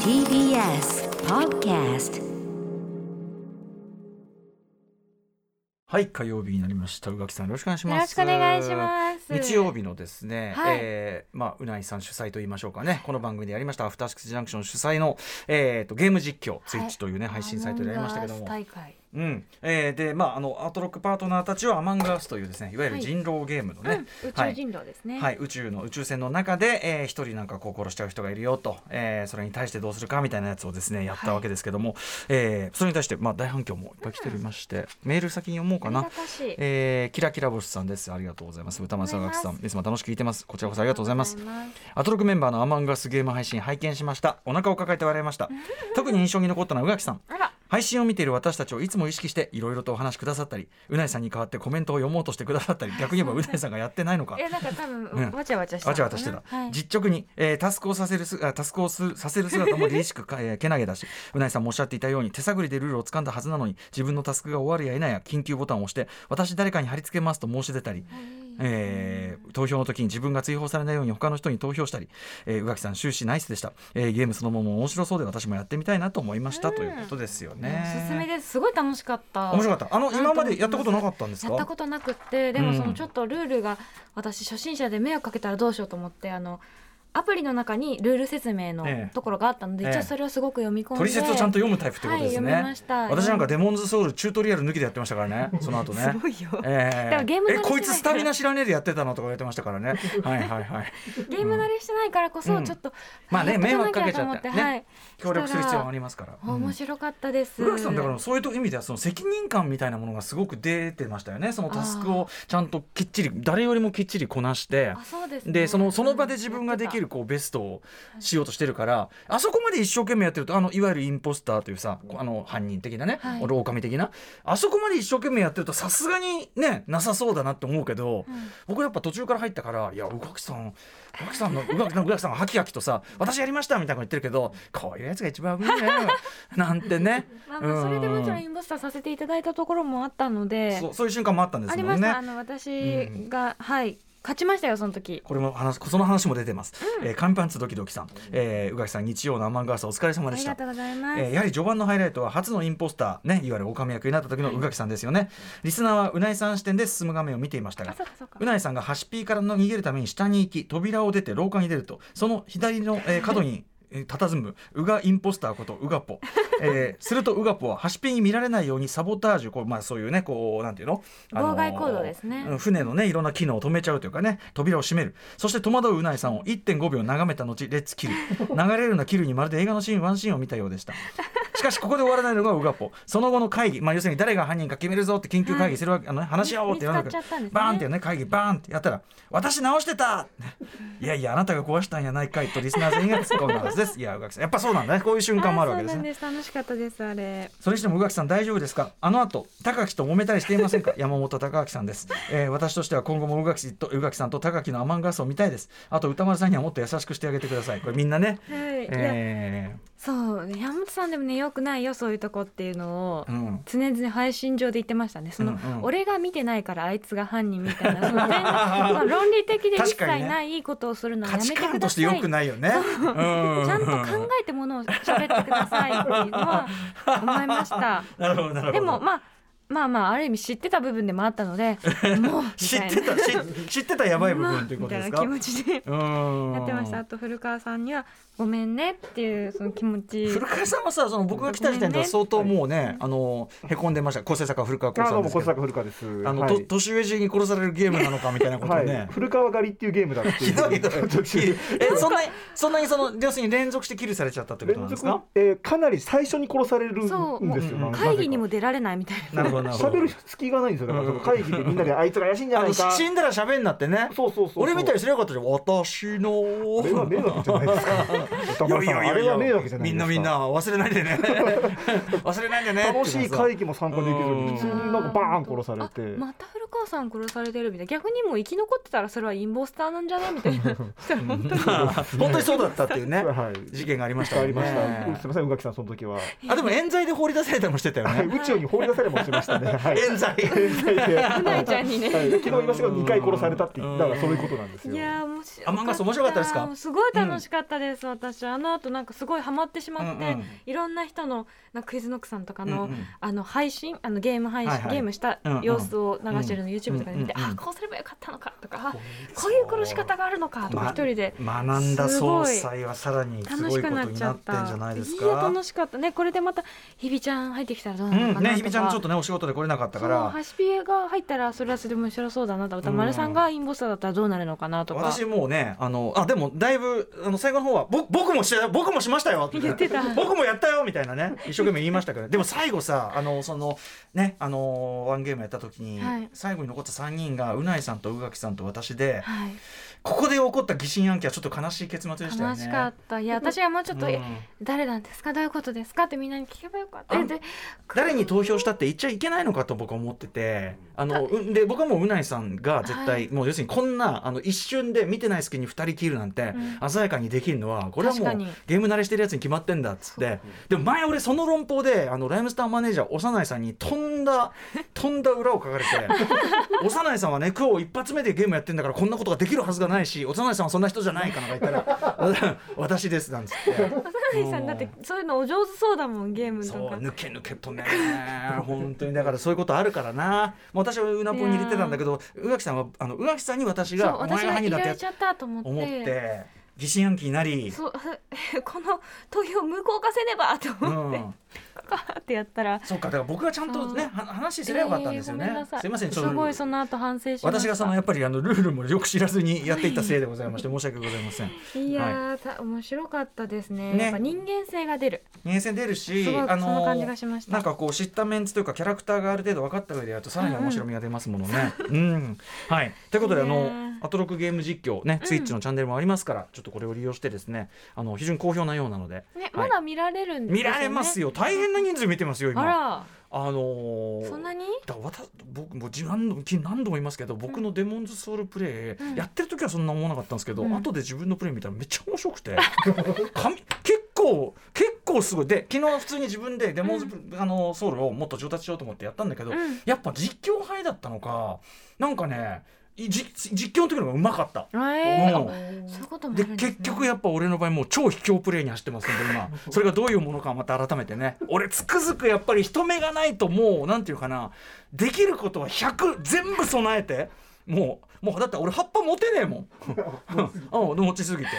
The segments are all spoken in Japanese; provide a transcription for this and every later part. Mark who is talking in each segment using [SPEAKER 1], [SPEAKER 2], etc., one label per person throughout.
[SPEAKER 1] TBS Podcast
[SPEAKER 2] はい、火曜日になりました。宇垣さん、よろしくお願いします。
[SPEAKER 3] よろしくお願いします
[SPEAKER 2] 日曜日のですね、
[SPEAKER 3] はい
[SPEAKER 2] えーまあ、うないさん主催と言いましょうかね、この番組でやりました、アフターシックスジャンクション主催の、えー、とゲーム実況、ツイッチというね、配信サイトでやりましたけども
[SPEAKER 3] アマン。ガース大会
[SPEAKER 2] うんえーでまあ、あのアートロックパートナーたちはアマンガースというですねいわゆる人狼ゲームのね、
[SPEAKER 3] うん
[SPEAKER 2] は
[SPEAKER 3] 宇宙
[SPEAKER 2] い
[SPEAKER 3] 人狼ですね。
[SPEAKER 2] はい、宇宙の宇宙船の中でえー一、人なんかこう殺しちゃう人がいるよと、えーそれに対してどうするかみたいなやつをですねやったわけですけども、えーそれに対して、まあ、大反響もいっぱい来ておりまして、メール先に読もうか
[SPEAKER 3] あり
[SPEAKER 2] な
[SPEAKER 3] が。たしい。
[SPEAKER 2] えー、キラキラ星さんですありがとうございます歌丸さん宇
[SPEAKER 3] ありが
[SPEAKER 2] 垣
[SPEAKER 3] とう
[SPEAKER 2] さ
[SPEAKER 3] ございます
[SPEAKER 2] んいつも楽しく聞いてますこちらこそありがとうございます
[SPEAKER 3] ありがとうございま
[SPEAKER 2] アトロクメンバーのアマンガスゲーム配信拝見しましたお腹を抱えて笑いました 特に印象に残ったのは宇垣さん
[SPEAKER 3] あら、
[SPEAKER 2] 配信を見ている私たちをいつも意識していろいろとお話しくださったりうないさんに代わってコメントを読もうとしてくださったり逆に言えばうないさんがやってないのか
[SPEAKER 3] え、なんか多
[SPEAKER 2] うん
[SPEAKER 3] 分わちゃわちゃしてた
[SPEAKER 2] わ
[SPEAKER 3] の
[SPEAKER 2] ちゃ
[SPEAKER 3] かな。
[SPEAKER 2] わちゃしてた、
[SPEAKER 3] はい
[SPEAKER 2] 実直に、えータスクをさせるすあタスクをすさせる姿も凛々しくか、えーけなげだしうないさんもおっしゃっていたように手探りでルールを掴んだはずなのに自分のタスクが終わるや否や緊急ボタンを押して私誰かに貼り付けますと申し出たり、えー投票の時に自分が追放されないように他の人に投票したり、えー、宇垣さん終始ナイスでした、えーゲームそのものも面白そうで私もやってみたいなと思いました、ということですよね
[SPEAKER 3] おすすめです。すごい楽しかった。
[SPEAKER 2] 面白かったあの
[SPEAKER 3] なん
[SPEAKER 2] 今までやったことなかったんですか
[SPEAKER 3] やったことなくって、でもそうの
[SPEAKER 2] ん
[SPEAKER 3] ちょっとルールが私初心者で迷惑かけたらどうしようと思ってあの。アプリの中にルール説明の
[SPEAKER 2] ええ
[SPEAKER 3] ところがあったので、
[SPEAKER 2] ええ
[SPEAKER 3] 一応それをすごく読み込んで
[SPEAKER 2] 取説をちゃんと読むタイプってことですね、
[SPEAKER 3] はい読みました
[SPEAKER 2] 私なんかデモンズソウルチュートリアル抜きでやってました からねその後ね
[SPEAKER 3] すごいよ
[SPEAKER 2] え
[SPEAKER 3] でもゲーム慣
[SPEAKER 2] え
[SPEAKER 3] れしてない
[SPEAKER 2] こいつスタミナ知らねえでやってたのとか言ってました からねはいはいはい
[SPEAKER 3] ゲーム慣れしてないからこそ、
[SPEAKER 2] うん
[SPEAKER 3] ちょっと、
[SPEAKER 2] まあね
[SPEAKER 3] やっとかなき
[SPEAKER 2] 迷惑かけちゃった
[SPEAKER 3] と思て
[SPEAKER 2] ね
[SPEAKER 3] はい、
[SPEAKER 2] 協力する必要があ
[SPEAKER 3] り
[SPEAKER 2] りますからうん
[SPEAKER 3] 面白かったです、
[SPEAKER 2] 浦木さんだからそういう意味ではその責任感みたいなものがすごく出てましたよねそのタスクをちゃんときっちり誰よりもきっちりこなして
[SPEAKER 3] あそうですね、
[SPEAKER 2] でそのその場で自分ができるこうベストをしようとしてるからあそこまで一生懸命やってるとあのいわゆるインポスターというさこうあの犯人的なね、
[SPEAKER 3] はい
[SPEAKER 2] 俺狼的なあそこまで一生懸命やってるとさすがにねなさそうだなって思うけど、僕やっぱ途中から入ったからいや宇垣さん宇垣さんの宇垣さん宇垣さんがハキハキとさ「私やりました」みたいなこと言ってるけどこういうやつが一番危ないねなんてね。
[SPEAKER 3] まあ、まあそれでもちろんイ
[SPEAKER 2] うん
[SPEAKER 3] ンボスターさせていただいたところもあったので
[SPEAKER 2] そうそういう瞬間もあったんで
[SPEAKER 3] あ
[SPEAKER 2] す
[SPEAKER 3] り
[SPEAKER 2] も
[SPEAKER 3] ま
[SPEAKER 2] ん
[SPEAKER 3] した、
[SPEAKER 2] ね
[SPEAKER 3] あ。の私が、はい勝ちましたよその時
[SPEAKER 2] これも話その話も出てます。えー、カンパンツドキドキさん、えー、宇垣さん日曜のアマンガースお疲れ様
[SPEAKER 3] あ
[SPEAKER 2] でし
[SPEAKER 3] り
[SPEAKER 2] た
[SPEAKER 3] が。とうございます、
[SPEAKER 2] えーやはり序盤のハイライトは初のインポスターねいわゆる狼役になった時の宇垣さんですよね、リスナーはうないさん視点で進む画面を見ていました
[SPEAKER 3] あ
[SPEAKER 2] が
[SPEAKER 3] そうかそうか
[SPEAKER 2] うないさんがハシピーからの逃げるために下に行き扉を出て廊下に出るとその左の、 えー角にえー佇むウガインポスターことウガポ、えーするとウガポはハシピーに見られないようにサボタージュこう、まあ、そういうねこうなんていうの、
[SPEAKER 3] 妨害行動ですね
[SPEAKER 2] うん船のねいろんな機能を止めちゃうというかね扉を閉めるそして戸惑ううないさんを1.5秒眺めた後レッツキル流れるようなキルにまるで映画のシーンワンシーンを見たようでしたしかしここで終わらないのがウガポその後の会議、まあ、要するに誰が犯人か決めるぞって緊急会議するわけ、あのね話し合おうってなるわけ
[SPEAKER 3] 見つかっちゃったんですね
[SPEAKER 2] バーンってね会議バーンってやったら「私直してた!」いやいやあなたが壊したんやないかいとリスナー全員が突っ込んだはずですいや宇垣さんやっぱそうなんだねこういう瞬間もあるわけです
[SPEAKER 3] あそうなん
[SPEAKER 2] ね
[SPEAKER 3] です楽しかったですあれ
[SPEAKER 2] それにしても宇垣さん大丈夫ですかあの後高木と揉めたりしていませんか山本高木さんです、えー私としては今後も宇垣と宇垣さんと高木のアマンガスを見たいですあと歌丸さんにはもっと優しくしてあげてくださいこれみんなね、
[SPEAKER 3] はい、いや
[SPEAKER 2] え
[SPEAKER 3] そう山本さんでもねよくないよそういうとこっていうのを、
[SPEAKER 2] ーうん、
[SPEAKER 3] 常々配信上で言ってましたねその、
[SPEAKER 2] うんうん
[SPEAKER 3] 俺が見てないからあいつが犯人みたいなそ の全然その論理的で一
[SPEAKER 2] 確
[SPEAKER 3] 切
[SPEAKER 2] かにね
[SPEAKER 3] ないことをするのはや
[SPEAKER 2] 価
[SPEAKER 3] めて
[SPEAKER 2] 値
[SPEAKER 3] く
[SPEAKER 2] 観
[SPEAKER 3] だ
[SPEAKER 2] とし
[SPEAKER 3] さ
[SPEAKER 2] て
[SPEAKER 3] い
[SPEAKER 2] 良くないよねうん
[SPEAKER 3] ちゃんと考えてものを喋ってくださいっていうのは思い ました。
[SPEAKER 2] なるほどなるほど
[SPEAKER 3] でもまあまあまあある意味知ってた部分でもあったの で、もうみ
[SPEAKER 2] 知
[SPEAKER 3] た
[SPEAKER 2] っ
[SPEAKER 3] い
[SPEAKER 2] てた
[SPEAKER 3] な。
[SPEAKER 2] 知知ってたやばい部
[SPEAKER 3] も
[SPEAKER 2] 分ということです
[SPEAKER 3] みた
[SPEAKER 2] か
[SPEAKER 3] いな気持ちで
[SPEAKER 2] うん
[SPEAKER 3] やってました。あと古川さんにはごめんねっていうその気持ち。
[SPEAKER 2] 古川さんはさその僕が来た時点では相当もうねあのへこんでました構成作家古川光
[SPEAKER 4] あど
[SPEAKER 2] さ
[SPEAKER 4] うん
[SPEAKER 2] で
[SPEAKER 4] も
[SPEAKER 2] すけ
[SPEAKER 4] 小
[SPEAKER 2] ど
[SPEAKER 4] 坂古川です。
[SPEAKER 2] あの、
[SPEAKER 4] は
[SPEAKER 2] と
[SPEAKER 4] い
[SPEAKER 2] 年上陣に殺されるゲームなのかみたいなことを
[SPEAKER 4] は
[SPEAKER 2] ね
[SPEAKER 4] い、。古川狩りっていうゲームだっていう。
[SPEAKER 2] ひどい
[SPEAKER 4] 途中 で
[SPEAKER 2] えそんなにそんなにその要するに連続してキルされちゃったってことな
[SPEAKER 4] 連
[SPEAKER 2] んです
[SPEAKER 4] 続
[SPEAKER 2] か。
[SPEAKER 4] えーかなり最初に殺されるんですよ。
[SPEAKER 3] そう
[SPEAKER 2] も
[SPEAKER 4] な
[SPEAKER 2] う
[SPEAKER 4] ぜか
[SPEAKER 3] 会議にも出られないみたい
[SPEAKER 2] な
[SPEAKER 3] な。
[SPEAKER 2] るほどなるほど
[SPEAKER 4] 喋る。隙がないんですよ。だからその会議でみんなであいつが怪しいんじゃ
[SPEAKER 2] あ
[SPEAKER 4] な
[SPEAKER 2] の
[SPEAKER 4] いか。
[SPEAKER 2] 死んだら喋んなってね。
[SPEAKER 4] そうそうそう。
[SPEAKER 2] 俺みたいにすればよかったじゃん。私の。
[SPEAKER 4] あれは迷惑じゃないですか。
[SPEAKER 2] いやいやいやいや
[SPEAKER 4] あれは迷惑じゃないですか。
[SPEAKER 2] みんなみんな忘れないで ね。忘れないでね。
[SPEAKER 4] 楽しい
[SPEAKER 2] っていうかさ
[SPEAKER 4] 会議も参加できず
[SPEAKER 2] うん
[SPEAKER 4] に普通になんかバーン殺され
[SPEAKER 3] あ
[SPEAKER 4] て。
[SPEAKER 3] また古お母さん殺されてるみたいな逆にもう生き残ってたらそれはインボスターなんじゃねみた いなしたら本当に
[SPEAKER 1] 本当にそうだったっていうね
[SPEAKER 4] はい
[SPEAKER 2] 事件がありました
[SPEAKER 4] あ
[SPEAKER 2] よね
[SPEAKER 4] りました、すみません宇垣さんその 時は、
[SPEAKER 2] あでも冤罪で放り出されたりもしてたよ
[SPEAKER 4] は
[SPEAKER 2] ね
[SPEAKER 4] い、宇宙に放り出されもしましたねはい
[SPEAKER 2] 冤罪
[SPEAKER 4] う
[SPEAKER 3] なえちゃんにね
[SPEAKER 4] はい、昨日言いましたけど2回殺されたって言ったらそういうことなんですよ
[SPEAKER 3] いやー面白
[SPEAKER 2] あ漫画面白かったですか
[SPEAKER 3] すごい楽しかったです、私あの後なんかすごいハマってしまって、
[SPEAKER 2] うんうん
[SPEAKER 3] いろんな人のなんかクイズノックさんとかの、
[SPEAKER 2] うんうん
[SPEAKER 3] あの配信あのゲーム配信、
[SPEAKER 2] はいはい
[SPEAKER 3] ゲームした様子を流してるの、YouTube とかで見て、
[SPEAKER 2] うんうんうん
[SPEAKER 3] あこうすればよかったのかとかあこういう殺し方があるのかとか
[SPEAKER 2] ま
[SPEAKER 3] 一人で
[SPEAKER 2] 学んだ総裁はさらにす
[SPEAKER 3] 楽
[SPEAKER 2] ご
[SPEAKER 3] し
[SPEAKER 2] いこ
[SPEAKER 3] く
[SPEAKER 2] と
[SPEAKER 3] なっ
[SPEAKER 2] に
[SPEAKER 3] ち
[SPEAKER 2] な
[SPEAKER 3] ゃ
[SPEAKER 2] っ
[SPEAKER 3] ってた
[SPEAKER 2] んじゃないです
[SPEAKER 3] いや
[SPEAKER 2] か
[SPEAKER 3] 楽しかったねこれでまたひびちゃん入ってきたらどう
[SPEAKER 2] う
[SPEAKER 3] なのか
[SPEAKER 2] ん
[SPEAKER 3] なとか、
[SPEAKER 2] ねひびちゃんちょっとねお仕事で来れなかった
[SPEAKER 3] そ
[SPEAKER 2] か
[SPEAKER 3] う
[SPEAKER 2] ら
[SPEAKER 3] ハシピエが入ったらそれはそれで面白そうだなとか、
[SPEAKER 2] うん
[SPEAKER 3] 丸さんがインボスターだったらどうなるのかなとか
[SPEAKER 2] 私もうねあのあでもだいぶあの最後の方はぼ僕もして僕もしましたよ
[SPEAKER 3] 言ってた
[SPEAKER 2] 僕もやったよみたいなね一生懸命言いましたけどでも最後さあのそのねあのワンゲームやった時に、
[SPEAKER 3] はい
[SPEAKER 2] 最後に残った3人がうないさんと宇垣さんと私で
[SPEAKER 3] はい
[SPEAKER 2] ここで起こった疑心暗鬼はちょっと悲しい結末でしたよね。
[SPEAKER 3] 悲しかったいや私はもうちょっと、
[SPEAKER 2] うん
[SPEAKER 3] え誰なんですかどういうことですかってみんなに聞けばよかった
[SPEAKER 2] あ
[SPEAKER 3] えで
[SPEAKER 2] 誰に投票したって言っちゃいけないのかと僕は思っててあのうんで僕はもううないさんが絶対、
[SPEAKER 3] はい
[SPEAKER 2] もう要するにこんなあの一瞬で見てない隙に2人きるなんて、
[SPEAKER 3] う
[SPEAKER 2] 鮮やかにできるのはこれはもう
[SPEAKER 3] 確かに
[SPEAKER 2] ゲーム慣れしてるやつに決まってんだっつってでも前俺その論法であのライムスターマネージャー幼いさんに飛ん だ飛んだ裏を書かれて幼いさんはね今日一発目でゲームやってんだからこんなことができるはずがないし幼いさんはそんな人じゃないかなんか言ったら 私ですなんつって。
[SPEAKER 3] サナイさんだってそういうのお上手そうだもんゲームと
[SPEAKER 2] そう
[SPEAKER 3] か
[SPEAKER 2] 抜け抜けとね 本当にだからそういうことあるからなもう私はうなぽんに入れてたんだけど宇垣さんはあの宇垣さんに私
[SPEAKER 3] そう
[SPEAKER 2] がお
[SPEAKER 3] 私
[SPEAKER 2] 前が
[SPEAKER 3] が
[SPEAKER 2] 犯
[SPEAKER 3] 入
[SPEAKER 2] 人だっ
[SPEAKER 3] れ
[SPEAKER 2] て
[SPEAKER 3] ちゃったと思って
[SPEAKER 2] 思って疑心暗鬼になり
[SPEAKER 3] そう この投票無効化せねばと
[SPEAKER 2] う
[SPEAKER 3] 思って、
[SPEAKER 2] ん、
[SPEAKER 3] カーってやったら
[SPEAKER 2] そうかだから僕がちゃんとね
[SPEAKER 3] そう
[SPEAKER 2] は話すればよかったんですよ
[SPEAKER 3] え
[SPEAKER 2] ね
[SPEAKER 3] ーごめんな、さ
[SPEAKER 2] すいませんちょっ
[SPEAKER 3] す
[SPEAKER 2] と
[SPEAKER 3] ごいその後反省しました
[SPEAKER 2] 私がそのやっぱりあのルールもよく知らずにやっていったせいでございまして申し訳ございませ ん。
[SPEAKER 3] いやー、た面白かったですね
[SPEAKER 2] ね
[SPEAKER 3] やっぱ人間性が出る
[SPEAKER 2] 人間出るし、
[SPEAKER 3] すごい
[SPEAKER 2] あの
[SPEAKER 3] そんな感じがしました
[SPEAKER 2] なんかこう知ったメンツというかキャラクターがある程度分かった上でやるとさらに面白みが出ますものね。うん、はい。ということであ
[SPEAKER 3] い
[SPEAKER 2] の
[SPEAKER 3] やー
[SPEAKER 2] アトロクゲーム実況ね、ツイッチのチャンネルもありますから、ちょっとこれを利用してですね、あの非常に好評なようなので、
[SPEAKER 3] ね、
[SPEAKER 2] はい
[SPEAKER 3] まだ見られるんです
[SPEAKER 2] 見
[SPEAKER 3] よね
[SPEAKER 2] られますよ。大変な人数見てますよ
[SPEAKER 3] あ
[SPEAKER 2] 今。
[SPEAKER 3] ら
[SPEAKER 2] あのー
[SPEAKER 3] そんなに
[SPEAKER 2] だから私僕もう自何度も何度も言いますけど僕のデモンズソウルプレイ、
[SPEAKER 3] うん
[SPEAKER 2] やってる時はそんな思わなかったんですけど、
[SPEAKER 3] うん
[SPEAKER 2] 後で自分のプレイ見たらめっちゃ面白くて神結構結構すごいで昨日普通に自分でデモンズプ、あのソウルをもっと上達しようと思ってやったんだけど、
[SPEAKER 3] うん
[SPEAKER 2] やっぱ実況杯だったのかなんかねいじ実況の時の方がうまかった。
[SPEAKER 3] えー
[SPEAKER 2] うん
[SPEAKER 3] あそういうこともあ
[SPEAKER 2] で
[SPEAKER 3] るんです、ね、
[SPEAKER 2] 結局やっぱ俺の場合もう超卑怯プレイに走ってますんで 今それがどういうものかまた改めてね俺つくづくやっぱり人目がないともうなんていうかなできることは100全部備えてもうもうだって俺葉っぱ持てねえも んうん持ちすぎて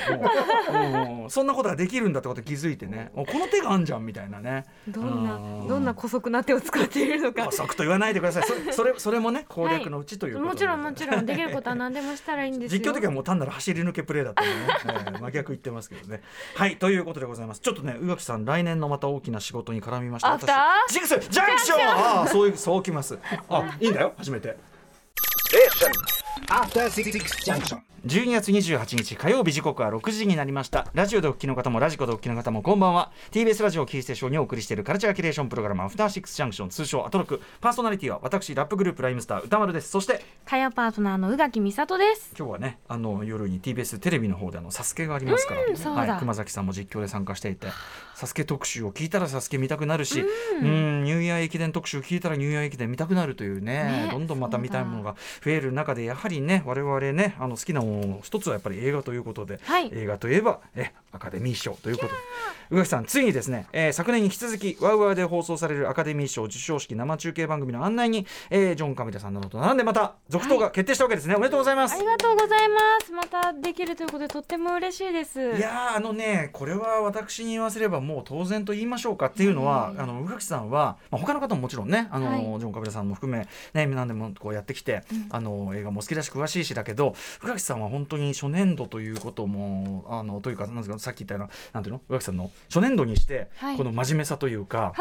[SPEAKER 2] もう、うんそんなことができるんだってこと気づいてねもうこの手があんじゃんみたいなね
[SPEAKER 3] どん
[SPEAKER 2] う
[SPEAKER 3] などんな姑息な手を使っているのか
[SPEAKER 2] 補足と言わないでくださいそれそれそれもね攻略のうちということで、
[SPEAKER 3] もちろんもちろんできることは何でもしたらいいんですよ
[SPEAKER 2] 実況的にはもう単なる走り抜けプレーだったので、ねえー真逆言ってますけどね。はいということでございます。ちょっとね宇垣さん来年のまた大きな仕事に絡みました。
[SPEAKER 3] アフター
[SPEAKER 2] 私ジンクスジャンクション。ああそういうそうきます。あいいんだよ初めて。
[SPEAKER 1] After Six Junction
[SPEAKER 2] 12月28日火曜日時刻は6時になりましたラジオでお聞きの方もラジコでお聞きの方もこんばんは TBS ラジオをキーステーションにお送りしているカルチャーキュレーションプログラム「アフターシックスジャンクション」通称アトロクパーソナリティは私ラップグループライムスター歌丸ですそして
[SPEAKER 3] かやパートナーの宇垣美里です
[SPEAKER 2] 今日はねあの夜に TBS テレビの方であのサスケがありますから、
[SPEAKER 3] うんそうだ
[SPEAKER 2] はい、熊崎さんも実況で参加していてサスケ特集を聞いたらサスケ見たくなるしうんニューイヤー駅伝特集聞いたらニューイヤー駅伝見たくなるというね
[SPEAKER 3] ね
[SPEAKER 2] どんどんまた見たいものが増える中でやはりね我々ねあの好きなもの一つはやっぱり映画ということで、
[SPEAKER 3] はい
[SPEAKER 2] 映画といえばえアカデミー賞ということで宇垣さんついにですね、えー昨年に引き続きワウワウで放送されるアカデミー賞授賞式生中継番組の案内に、えージョン・カメラさんなどと並んでまた続投が決定したわけですね、おめでとうございます
[SPEAKER 3] あり。がとうございますまたできるということでとっても嬉しいです
[SPEAKER 2] いやーあのねこれは私に言わせればもう当然と言いましょうかっていうのは、あの宇垣さんは、まあ、他の方ももちろんねあの、
[SPEAKER 3] はい
[SPEAKER 2] ジョン・カビラさんも含め、ね、何でもこうやってきて、あの映画も好きだし詳しいしだけど宇垣さんは本当に初年度ということもあのというかなんですかさっき言ったようななんていうの宇垣さんの初年度にして、
[SPEAKER 3] はい
[SPEAKER 2] この真面目さというか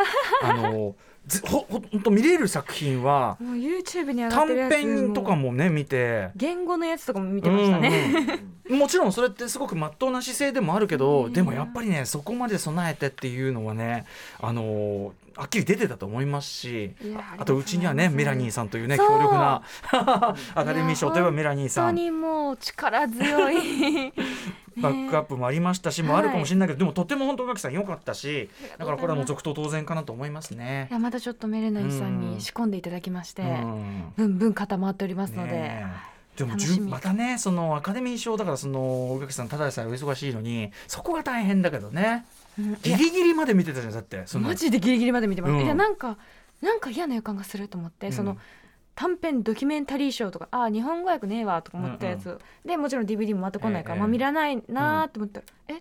[SPEAKER 2] あのずほほほんと見れる作品は
[SPEAKER 3] もう YouTube に上が
[SPEAKER 2] 短
[SPEAKER 3] ってるやつ
[SPEAKER 2] 編とか
[SPEAKER 3] も
[SPEAKER 2] もね見て。
[SPEAKER 3] 言語のやつとかも見てましたね、
[SPEAKER 2] うんうん もちろんそれってすごく真っ当な姿勢でもあるけど、でもやっぱりねそこまで備えてっていうのはねあのーはっきり出てたと思いますし
[SPEAKER 3] いや
[SPEAKER 2] あとうちにはね
[SPEAKER 3] ありがとうございます
[SPEAKER 2] メラニーさんというね
[SPEAKER 3] そ
[SPEAKER 2] 強
[SPEAKER 3] う
[SPEAKER 2] 力な アカデミー賞といえばメラニーさ
[SPEAKER 3] 本当
[SPEAKER 2] ん
[SPEAKER 3] にもう力強いね
[SPEAKER 2] バックアップもありましたし、もうあるかもしれないけどでもとっても本当宇垣さん良かったし
[SPEAKER 3] りがと
[SPEAKER 2] だか
[SPEAKER 3] うございます
[SPEAKER 2] らこれはもう続投当然かなと思いますね
[SPEAKER 3] い。やまたちょっとメルナイさん
[SPEAKER 2] うん
[SPEAKER 3] に仕込んでいただきまして、
[SPEAKER 2] うん
[SPEAKER 3] ぶんぶん固まっておりますので、
[SPEAKER 2] ねえでも
[SPEAKER 3] 楽
[SPEAKER 2] じゅ
[SPEAKER 3] し
[SPEAKER 2] ん
[SPEAKER 3] み
[SPEAKER 2] またねそのアカデミー賞だからその宇垣さんただでさえお忙しいのにそこが大変だけどね
[SPEAKER 3] うん
[SPEAKER 2] ギリギリまで見てたじゃんだってその
[SPEAKER 3] マジでギリギリまで見てます、
[SPEAKER 2] うん
[SPEAKER 3] いやなんかなんか嫌な予感がすると思って、
[SPEAKER 2] うん
[SPEAKER 3] その短編ドキュメンタリー賞とかあー日本語訳ねえわとか思ったやつ、でもちろん DVD もまた来ないから、
[SPEAKER 2] ええ
[SPEAKER 3] まあ、見らないなーって思ったら、え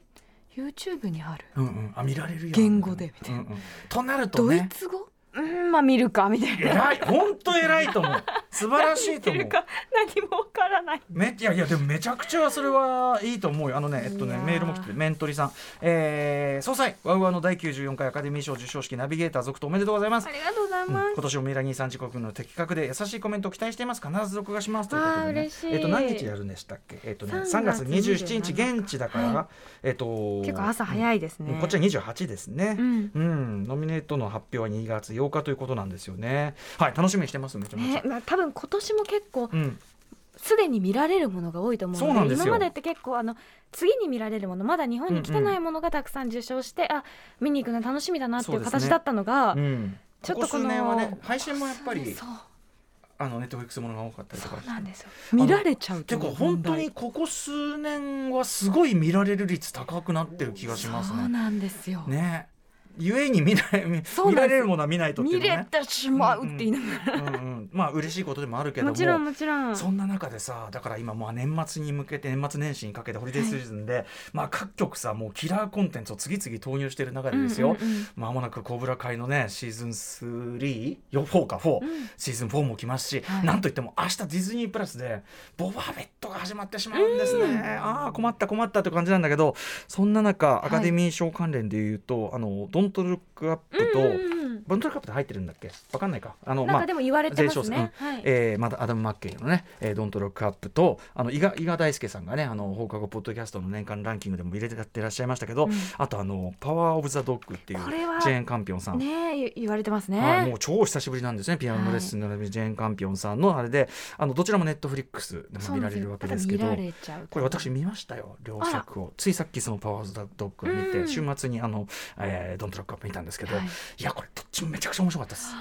[SPEAKER 3] YouTube にある
[SPEAKER 2] うんうん、あ見られるよ
[SPEAKER 3] 言語でみたいな
[SPEAKER 2] うんうんとなると
[SPEAKER 3] ドイ
[SPEAKER 2] ね
[SPEAKER 3] ツ語うんまあ見るかみたい
[SPEAKER 2] 偉
[SPEAKER 3] な
[SPEAKER 2] い本当偉いと思う素晴らしいと
[SPEAKER 3] 見
[SPEAKER 2] 思う
[SPEAKER 3] るか何もわからない
[SPEAKER 2] めいやいやでもめちゃくちゃそれはいいと思うよあのねえっと
[SPEAKER 3] い
[SPEAKER 2] ね
[SPEAKER 3] やー
[SPEAKER 2] メールも来ててメントリさん、えー、総裁ワウワウの第94回アカデミー賞授賞式ナビゲーター続投おめでとうございます
[SPEAKER 3] ありがとうござい
[SPEAKER 2] うん
[SPEAKER 3] ます、
[SPEAKER 2] 今年もミラニーさん時刻の的確で優しいコメントを期待しています必ず録画しますということで、ね、
[SPEAKER 3] あー嬉しい
[SPEAKER 2] えっと何日やるんでしたっけえっとね3
[SPEAKER 3] 3
[SPEAKER 2] 月
[SPEAKER 3] 月
[SPEAKER 2] 27日現地だから、
[SPEAKER 3] は
[SPEAKER 2] えっと
[SPEAKER 3] 結構朝早いですね、
[SPEAKER 2] うんこっちは28ですね、
[SPEAKER 3] うん
[SPEAKER 2] うん、ノミネートの発表は2月8日ということなんですよね。はい、楽しみにしてます。めちゃめち
[SPEAKER 3] ね
[SPEAKER 2] ゃ。
[SPEAKER 3] まあ、多分今年も結構
[SPEAKER 2] うん、
[SPEAKER 3] すでに見られるものが多いと思うので
[SPEAKER 2] そうなんですよ
[SPEAKER 3] 今までって結構あの次に見られるものまだ日本に来てないものがたくさん受賞して、あ見に行くの楽しみだなってい
[SPEAKER 2] そう
[SPEAKER 3] う
[SPEAKER 2] ですね
[SPEAKER 3] 形だったのが、
[SPEAKER 2] うん、
[SPEAKER 3] ちょっ
[SPEAKER 2] ことこ
[SPEAKER 3] こ
[SPEAKER 2] 数
[SPEAKER 3] の
[SPEAKER 2] 年はね、配信もやっぱり
[SPEAKER 3] そう
[SPEAKER 2] あのネットフリックスものが多かったりとか
[SPEAKER 3] そう。なんですよ
[SPEAKER 2] の
[SPEAKER 3] 見られちゃうって
[SPEAKER 2] て
[SPEAKER 3] いう
[SPEAKER 2] か
[SPEAKER 3] 問題
[SPEAKER 2] 本当にここ数年はすごい見られる率高くなってる気がします
[SPEAKER 3] そう
[SPEAKER 2] ね。
[SPEAKER 3] なんですよ、
[SPEAKER 2] ね。ゆえに見ない見
[SPEAKER 3] そうな
[SPEAKER 2] 見ら
[SPEAKER 3] んです
[SPEAKER 2] れるものは見ないとってい
[SPEAKER 3] 見
[SPEAKER 2] うの
[SPEAKER 3] れ
[SPEAKER 2] ね。
[SPEAKER 3] てしまうって言いながら、
[SPEAKER 2] うんうん、まあ嬉しいことでもあるけども。
[SPEAKER 3] もちろんもちろん
[SPEAKER 2] そんな中でさだから今もう年末に向けて年末年始にかけてホリデーシーズンで、まあ各局さもうキラーコンテンツを次々投入してる中でですよ、
[SPEAKER 3] うんうんうん
[SPEAKER 2] まもなく「コブラ会」のねシーズン34か4、
[SPEAKER 3] ん
[SPEAKER 2] シーズン4も来ますし、
[SPEAKER 3] はい
[SPEAKER 2] なんといっても明日ディズニープラスでボバーベットが始まってしまうんですね、ああ困った困ったって感じなんだけどそんな中アカデミー賞関連で言うと「あのドントルックアップと「
[SPEAKER 3] うんうんうん
[SPEAKER 2] ドントルックアップ」って入ってるんだっけわかんないかあの
[SPEAKER 3] なんかでも言われてます
[SPEAKER 2] 税
[SPEAKER 3] ね
[SPEAKER 2] 理、
[SPEAKER 3] はい
[SPEAKER 2] えーまたアダム・マッケイのね「えードントロックアップと」あの伊賀伊賀大輔さんがねあの放課後ポッドキャストの年間ランキングでも入れてやってらっしゃいましたけど、
[SPEAKER 3] うん
[SPEAKER 2] あとあの「パワー・オブ・ザ・ドッグ」っていう
[SPEAKER 3] これは
[SPEAKER 2] ジェーン・カンピョンさん。
[SPEAKER 3] ねえ言われてますね、
[SPEAKER 2] はい、もう超久しぶりなんですねピアノのレッスンのジェーン・カンピョンさんのあれであのどちらもネットフリックスでも見られるわけですけど
[SPEAKER 3] そうなんですよだから見られちゃう
[SPEAKER 2] これ私見ましたよ両
[SPEAKER 3] あら
[SPEAKER 2] 作をついさっきその「パワー・オブ・ザ・ドッグ」を見て、
[SPEAKER 3] うん
[SPEAKER 2] 週末にあの、えードントロックアップ」見たんですけど、
[SPEAKER 3] はい
[SPEAKER 2] い、やこれどっちもめちゃくちゃ面白かったです。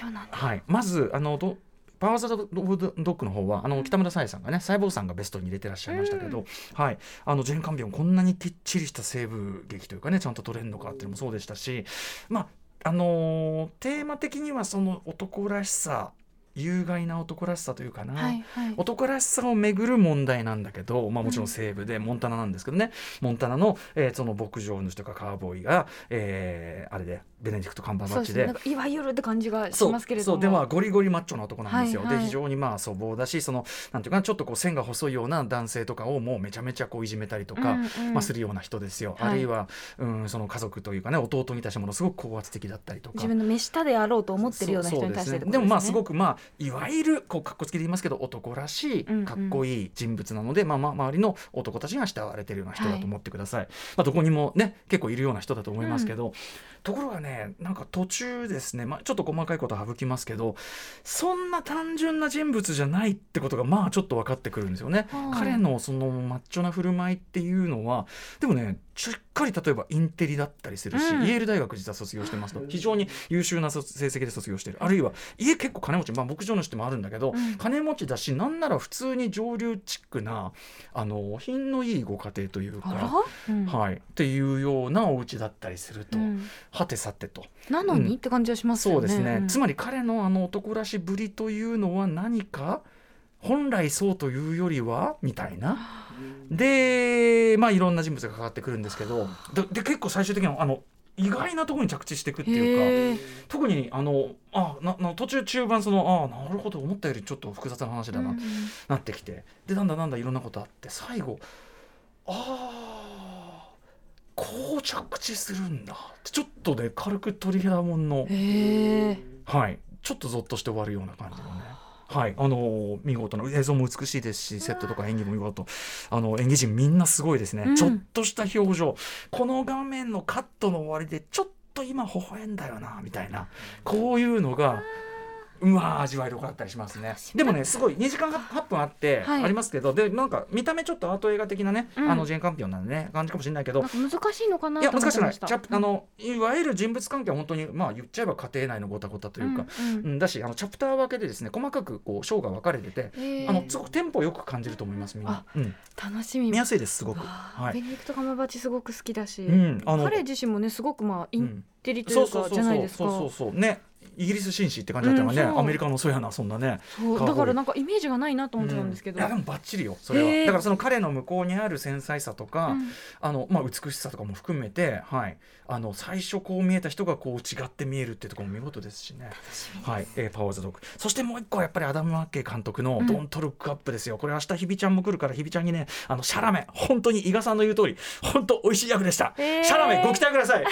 [SPEAKER 3] そうなんだ
[SPEAKER 2] はい、まずあのどパワーザドドッグの方はあの北村沙耶さんがね細胞さんがベストに入れてらっしゃいましたけど、はい、あのジェーン・カンビオンこんなにきっちりした西部劇というかねちゃんと撮れるのかっていうのもそうでしたし、まああのーテーマ的にはその男らしさ有害な男らしさというかな、
[SPEAKER 3] はいはい
[SPEAKER 2] 男らしさをめぐる問題なんだけど、まあ、もちろん西部でモンタナなんですけどね、モンタナの、えーその牧場主とかカーボーイが、えーあれでベネディクト・カンバーバ
[SPEAKER 3] そう
[SPEAKER 2] ッ
[SPEAKER 3] で
[SPEAKER 2] チ
[SPEAKER 3] す
[SPEAKER 2] で
[SPEAKER 3] ねなんかいわゆるって感じがし
[SPEAKER 2] そう
[SPEAKER 3] ますけれ
[SPEAKER 2] そ
[SPEAKER 3] ど
[SPEAKER 2] う
[SPEAKER 3] も
[SPEAKER 2] でまあゴリゴリマッチョな男なんですよ、
[SPEAKER 3] はいはい
[SPEAKER 2] で非常にまあ粗暴だしそのなんていうかなちょっとこう線が細いような男性とかをもうめちゃめちゃこういじめたりとか、
[SPEAKER 3] うんうん
[SPEAKER 2] まあ、するような人ですよ、
[SPEAKER 3] はい
[SPEAKER 2] あるいは、うん、その家族というかね弟に対してものすごく高圧的だったりとか
[SPEAKER 3] 自分の目下であろうと思ってるような人に対
[SPEAKER 2] そう
[SPEAKER 3] して
[SPEAKER 2] そうですねでもまあすごくまあいわゆるこうかっこつけで言いますけど男らしい
[SPEAKER 3] うんうん
[SPEAKER 2] かっこいい人物なので、まあまあ周りの男たちが慕われてるような人だと思ってください、まあどこにもね結構いるような人だと思いますけど、ところがねなんか途中ですね、まあ、ちょっと細かいことは省きますけどそんな単純な人物じゃないってことがまあちょっと分かってくるんですよね、
[SPEAKER 3] はい
[SPEAKER 2] 彼のそのマッチョな振る舞いっていうのはでもねしっかり例えばインテリだったりするし、
[SPEAKER 3] うん
[SPEAKER 2] イエール大学実は卒業してますと非常に優秀な卒成績で卒業してるあるいは家結構金持ち、まあ、牧場主でもあるんだけど、
[SPEAKER 3] うん
[SPEAKER 2] 金持ちだしなんなら普通に上流チックなあの品のいいご家庭という
[SPEAKER 3] あ
[SPEAKER 2] か、
[SPEAKER 3] ら、うん
[SPEAKER 2] はい、っていうようなお家だったりすると、
[SPEAKER 3] うん
[SPEAKER 2] はてさてと。
[SPEAKER 3] なのに、
[SPEAKER 2] うん
[SPEAKER 3] って感じはします
[SPEAKER 2] そ
[SPEAKER 3] よ
[SPEAKER 2] う
[SPEAKER 3] ね
[SPEAKER 2] ですね、
[SPEAKER 3] ん
[SPEAKER 2] つまり彼のあの男らしぶりというのは何か本来そうというよりはみたいな。でまあいろんな人物が関わってくるんですけどでで結構最終的にはあの意外なところに着地していくっていうか
[SPEAKER 3] へえ
[SPEAKER 2] 特にあのあなな途中中盤そのあなるほど思ったよりちょっと複雑な話だな、なってきてでなんだなんだいろんなことあって最後ああこう着地するんだってちょっとね軽く鳥肌もんの。
[SPEAKER 3] へえ
[SPEAKER 2] はい、ちょっとゾッとして終わるような感じのね。はい、あのー見事な映像も美しいですしセットとか演技も見事あの演技陣みんなすごいですね、
[SPEAKER 3] うん
[SPEAKER 2] ちょっとした表情この画面のカットの終わりでちょっと今微笑んだよなみたいなこういうのが。うわ味わいどこだったりしますねでもねすごい2時間8分あって、
[SPEAKER 3] はい
[SPEAKER 2] ありますけどでなんか見た目ちょっとアート映画的なね、
[SPEAKER 3] うん
[SPEAKER 2] あのジェーン・カンピオンなんでね感じかもしれないけど
[SPEAKER 3] なんか難しいのかない
[SPEAKER 2] や
[SPEAKER 3] と思
[SPEAKER 2] 難
[SPEAKER 3] っ
[SPEAKER 2] してくな
[SPEAKER 3] ま
[SPEAKER 2] い
[SPEAKER 3] し
[SPEAKER 2] チ
[SPEAKER 3] た
[SPEAKER 2] ャップあのいわゆる人物関係は本当にまあ言っちゃえば家庭内のごたごたというか、
[SPEAKER 3] うんうん
[SPEAKER 2] うん、だしあのチャプター分けでですね細かくこう章が分かれてて、
[SPEAKER 3] へー
[SPEAKER 2] あのすごくテンポよく感じると思いますみんな
[SPEAKER 3] あ、
[SPEAKER 2] うん、
[SPEAKER 3] 楽しみ
[SPEAKER 2] 見やすいですすごく。
[SPEAKER 3] わあ
[SPEAKER 2] は
[SPEAKER 3] ベ
[SPEAKER 2] い
[SPEAKER 3] ネディクト・カマーバッチすごく好きだし、
[SPEAKER 2] うん、あの
[SPEAKER 3] 彼自身もねすごくまあイ
[SPEAKER 2] う
[SPEAKER 3] ン
[SPEAKER 2] ん
[SPEAKER 3] テリとい
[SPEAKER 2] そううそう
[SPEAKER 3] か
[SPEAKER 2] そう
[SPEAKER 3] じゃ
[SPEAKER 2] そ
[SPEAKER 3] ないうですか、
[SPEAKER 2] そうそうそうねイギリス紳士って感じだったからね、
[SPEAKER 3] うんそう
[SPEAKER 2] アメリカのそうやなそんなね
[SPEAKER 3] そうだからなんかイメージがないなと思ってたんですけど、
[SPEAKER 2] いやでもバッチリよそれは、
[SPEAKER 3] へー
[SPEAKER 2] だからその彼の向こうにある繊細さとか、
[SPEAKER 3] うん
[SPEAKER 2] あのまあ、美しさとかも含めて、はい、あの最初こう見えた人がこう違って見えるってところも見事ですしね。はいえーパワー・ザ・ドッグそしてもう一個はやっぱりアダム・マッケイ監督の
[SPEAKER 3] う
[SPEAKER 2] 「
[SPEAKER 3] ん
[SPEAKER 2] ドント・ルック・アップ」ですよ、これ明日ひびちゃんも来るからひびちゃんにねあのシャラメ本当に伊賀さんの言う通り本当美味しい役でした、
[SPEAKER 3] へー
[SPEAKER 2] シャラメご期待ください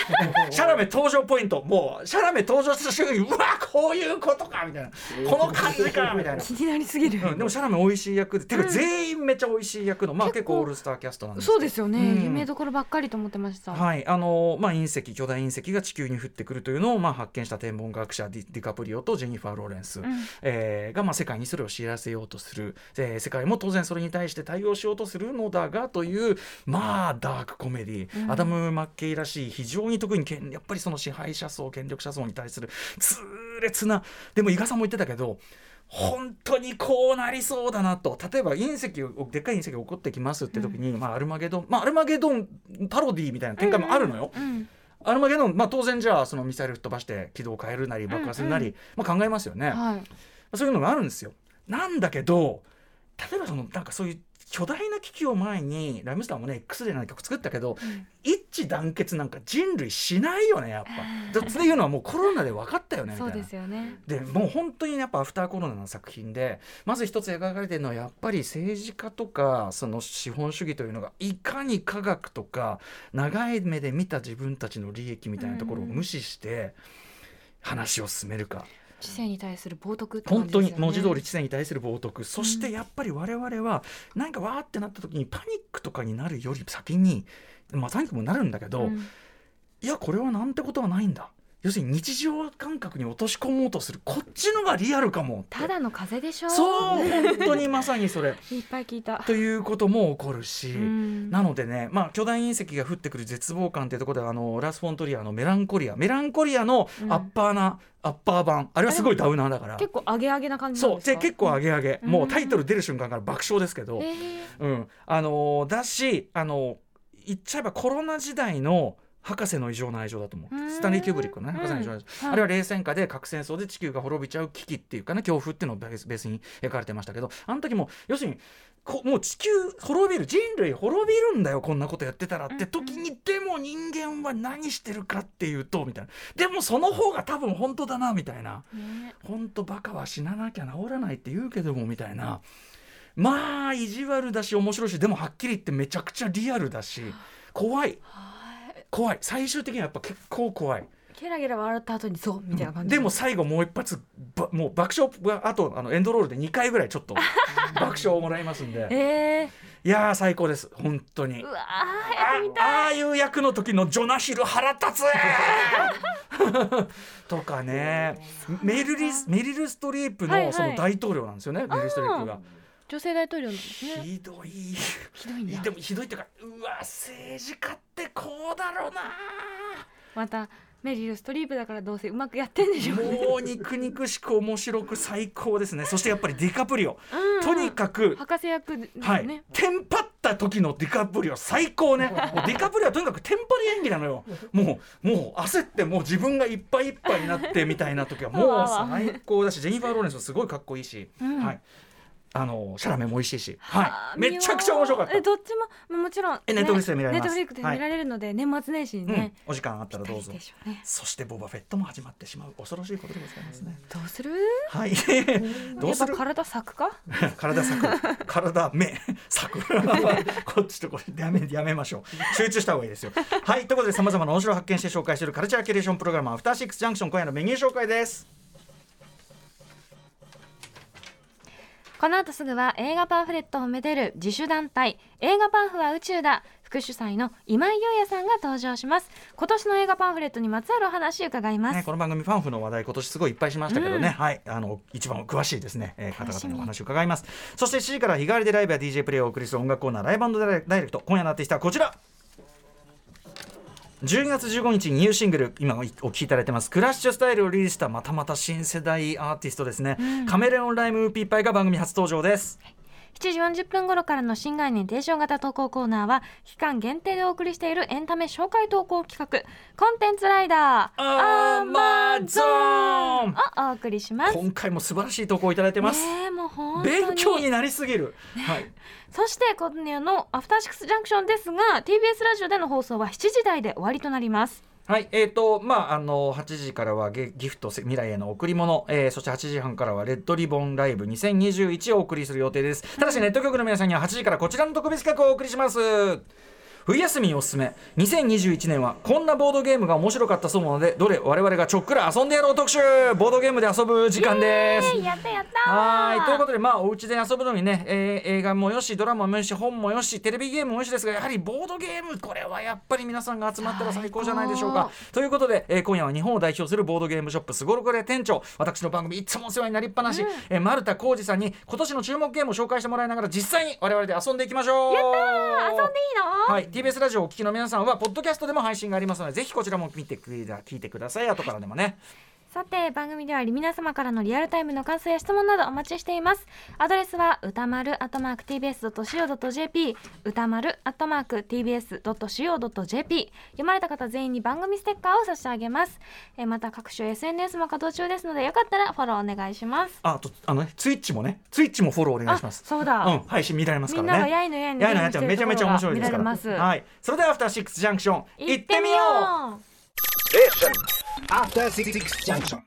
[SPEAKER 2] シャラメ登場ポイントもうシャラメ登場した瞬間にうわこういうことかみたいなこの感じかみたいな
[SPEAKER 3] 気になりすぎる、
[SPEAKER 2] うん、でもシャラメ美味しい役で、ていうか全員めちゃ美味しい役の、まあ結構オールスターキャストなんですけど。
[SPEAKER 3] そうですよね、
[SPEAKER 2] うん
[SPEAKER 3] 有名どころばっかりと思ってました、
[SPEAKER 2] はいあのまあ、隕石巨大隕石が地球に降ってくるというのを、まあ、発見した天文学者ディディカプリオとジェニファー・ローレンス、
[SPEAKER 3] うん
[SPEAKER 2] えーが、まあ、世界にそれを知らせようとする、えー世界も当然それに対して対応しようとするのだがというまあダークコメディ、
[SPEAKER 3] うん
[SPEAKER 2] アダム・マッケイらしい非常に特に権やっぱりその支配者層権力者層に対する痛烈なでも伊賀さんも言ってたけど本当にこうなりそうだなと例えば隕石をでっかい隕石が起こってきますって時に、まあ、アルマゲドン、まあ、アルマゲドンパロディーみたいな展開もあるのよ。
[SPEAKER 3] うん
[SPEAKER 2] アルマゲドン、まあ、当然じゃあそのミサイル吹っ飛ばして軌道を変えるなり爆破するなり、
[SPEAKER 3] うん
[SPEAKER 2] まあ、考えますよね。
[SPEAKER 3] はい、
[SPEAKER 2] そういうのがあるんですよ。なんだけど例えばそのなんかそういう巨大な危機を前にライムスターもね X で何曲作ったけど、一致団結なんか人類しないよねやっぱ。だっていうのはもうコロナで分かったよねみたいう
[SPEAKER 3] そ
[SPEAKER 2] な。
[SPEAKER 3] ですよね
[SPEAKER 2] でもう本当にやっぱアフターコロナの作品でまず一つ描かれてるのはやっぱり政治家とかその資本主義というのがいかに科学とか長い目で見た自分たちの利益みたいなところを無視して話を進めるか、
[SPEAKER 3] 知性に対する冒涜って感
[SPEAKER 2] 本
[SPEAKER 3] じ
[SPEAKER 2] 当
[SPEAKER 3] ですよね
[SPEAKER 2] に文字通り知性に対する冒涜そしてやっぱり我々は何かわーってなった時にパニックとかになるより先にまあパニックもなるんだけど、
[SPEAKER 3] うん
[SPEAKER 2] いやこれはなんてことはないんだ要するに日常感覚に落とし込もうとするこっちのがリアルかもって
[SPEAKER 3] ただの風邪でしょ
[SPEAKER 2] そう本当にまさに それ
[SPEAKER 3] いっぱい聞いた
[SPEAKER 2] ということも起こるし、
[SPEAKER 3] うん
[SPEAKER 2] なのでね、まあ、巨大隕石が降ってくる絶望感というところであのラス・フォントリアの「メランコリア」メランコリアのアッパーな、アッパー版あれはすごいダウナーだから
[SPEAKER 3] 結構アゲアゲな感じなん
[SPEAKER 2] そう
[SPEAKER 3] ですか
[SPEAKER 2] で結構アゲアゲ、
[SPEAKER 3] うん
[SPEAKER 2] もうタイトル出る瞬間から爆笑ですけど、
[SPEAKER 3] えー
[SPEAKER 2] うんあのーだし、あのー言っちゃえばコロナ時代の博士の異常な愛情だと思う
[SPEAKER 3] うん
[SPEAKER 2] スタンリー・キューブリックのね博士の異常な愛情、
[SPEAKER 3] はい
[SPEAKER 2] あるいは冷戦下で核戦争で地球が滅びちゃう危機っていうかね恐怖っていうのをベースベースに描かれてましたけどあの時も要するにこもう地球滅びる人類滅びるんだよこんなことやってたらって時に、でも人間は何してるかっていうとみたいなでもその方が多分本当だなみたいな。
[SPEAKER 3] ね
[SPEAKER 2] 本当バカは死ななきゃ治らないって言うけどもみたいなまあ意地悪だし面白いしでもはっきり言ってめちゃくちゃリアルだし怖い怖い最終的にはやっぱ結構怖い
[SPEAKER 3] ゲラゲラ笑った後にそうみたいな感じ
[SPEAKER 2] でも最後もう一発ばもう爆笑があとあのエンドロールで2回ぐらいちょっと爆笑をもらいますんで
[SPEAKER 3] え
[SPEAKER 2] いやー最高です本当に
[SPEAKER 3] ー、うわー
[SPEAKER 2] あああいう役の時のジョナヒル腹立つ とかねメルリスメリル・ストリープ
[SPEAKER 3] はいは
[SPEAKER 2] の
[SPEAKER 3] い
[SPEAKER 2] その大統領なんですよね、メリル・ストリープが。
[SPEAKER 3] 女性大統領なんですね
[SPEAKER 2] ひどい
[SPEAKER 3] ひどいんだ
[SPEAKER 2] でもひどいっていうかうわ政治家ってこうだろうな
[SPEAKER 3] またメリルストリープだからどうせうまくやってんでしょうね
[SPEAKER 2] もう肉肉しく面白く最高ですねそしてやっぱりディカプリオ
[SPEAKER 3] うん
[SPEAKER 2] とにかく
[SPEAKER 3] 博士役ですね、
[SPEAKER 2] はい、テンパった時のディカプリオ最高ねもうディカプリオはとにかくテンパり演技なのよもうもう焦ってもう自分がいっぱいいっぱいになってみたいな時はも
[SPEAKER 3] うわ
[SPEAKER 2] う
[SPEAKER 3] うわ
[SPEAKER 2] 最高だしジェニファー・ローレンスもすごいかっこいいし、
[SPEAKER 3] うん
[SPEAKER 2] はい、あのシャラメも美味しいし、
[SPEAKER 3] あ
[SPEAKER 2] は
[SPEAKER 3] ー
[SPEAKER 2] い、
[SPEAKER 3] 見よう
[SPEAKER 2] めちゃくちゃ面白かった
[SPEAKER 3] え。どっちもまあもちろん、
[SPEAKER 2] えネットフリックスで見られます
[SPEAKER 3] ネットフリックスで見られるので、年末年始に
[SPEAKER 2] うん
[SPEAKER 3] ね、、
[SPEAKER 2] お時間あったらどうぞ
[SPEAKER 3] 大事でしょうね
[SPEAKER 2] そしてボバフェットも始まってしまう恐ろしいことでござい ますね。
[SPEAKER 3] どうする
[SPEAKER 2] はい どう
[SPEAKER 3] やっ
[SPEAKER 2] す
[SPEAKER 3] ぱ
[SPEAKER 2] る
[SPEAKER 3] 体咲くか
[SPEAKER 2] 体咲く体目咲く こっちとこれやめやめましょう集中した方がいいですよ。はいということでさまざまな面白を発見して紹介しているカルチャーキュレーションプログラム「アフターシックスジャンクション」今夜のメニュー紹介です。
[SPEAKER 3] この後すぐは映画パンフレットをめでる自主団体映画パンフは宇宙だ副主催の今井優也さんが登場します今年の映画パンフレットにまつわるお話伺います、
[SPEAKER 2] ね、この番組ファンフの話題今年すごいいっぱいしましたけどね、はいあの一番詳しいですね、えー、方
[SPEAKER 3] 楽し
[SPEAKER 2] 々
[SPEAKER 3] み
[SPEAKER 2] にお話を伺いますそして7時から日替わりでライブや DJ プレイをお送りする音楽コーナーライブダイレダイレクト今夜のアーティストはこちら12月15日にニューシングル今お聴きいただいてます「クラッシュスタイル」をリリースしたまたまた新世代アーティストですね、カメレオンライムウーピーパイが番組初登場です
[SPEAKER 3] 7時40分頃からの新概念提唱型投稿コーナーは期間限定でお送りしているエンタメ紹介投稿企画コンテンツライダー
[SPEAKER 2] アマゾン
[SPEAKER 3] をお送りしますね
[SPEAKER 2] 今回も素晴らしい投稿をいただいてます、
[SPEAKER 3] えもう本当に
[SPEAKER 2] 勉強になりすぎる、はい
[SPEAKER 3] そして今夜のアフターシックスジャンクションですが TBS ラジオでの放送は7時台で終わりとなります
[SPEAKER 2] はい、えーとまあ、あの8時からはゲギフトせ未来への贈り物、えーそして8時半からはレッドリボンライブ2021をお送りする予定ですただしネット局の皆さんには8時からこちらの特別企画をお送りします冬休みにおすすめ2021年はこんなボードゲームが面白かったそうなのでどれ我々がちょっくら遊んでやろう特集ボードゲームで遊ぶ時間です
[SPEAKER 3] やったやった
[SPEAKER 2] はいということでまあお家で遊ぶのにね、えー映画もよしドラマもよし本もよしテレビゲームもよしですがやはりボードゲームこれはやっぱり皆さんが集まったら最高じゃないでしょうかということで、えー今夜は日本を代表するボードゲームショップすごろくで店長私の番組いつもお世話になりっぱなし、えー丸田浩二さんに今年の注目ゲームを紹介してもらいながら実際に我々で遊んでいきましょうやった
[SPEAKER 3] 遊んでいいの、
[SPEAKER 2] はい、TBS ラジオをお聞きの皆さんはポッドキャストでも配信がありますのでぜひこちらも見てくれ聞いてください後からでもね
[SPEAKER 3] さて番組では皆様からのリアルタイムの感想や質問などお待ちしていますアドレスは歌丸アットマーク TBS.CO.JP 歌丸アットマーク TBS.CO.JP 読まれた方全員に番組ステッカーを差し上げますえーまた各種 SNS も稼働中ですのでよかったらフォローお願いします
[SPEAKER 2] ああとあのねツイッチもねツイッチもフォローお願いします
[SPEAKER 3] あそうだ
[SPEAKER 2] うん配信見られます
[SPEAKER 3] み
[SPEAKER 2] か
[SPEAKER 3] んな
[SPEAKER 2] ら
[SPEAKER 3] が
[SPEAKER 2] ね
[SPEAKER 3] やいのやいの
[SPEAKER 2] やいのやっちゃんめちゃめちゃ面白いですか
[SPEAKER 3] 見られます
[SPEAKER 2] らはいそれではアフターシックスジャンクション
[SPEAKER 3] 行
[SPEAKER 2] 行
[SPEAKER 3] っ
[SPEAKER 2] ってて
[SPEAKER 3] み
[SPEAKER 2] み
[SPEAKER 3] よ
[SPEAKER 2] よう
[SPEAKER 3] う
[SPEAKER 1] After Six Junction.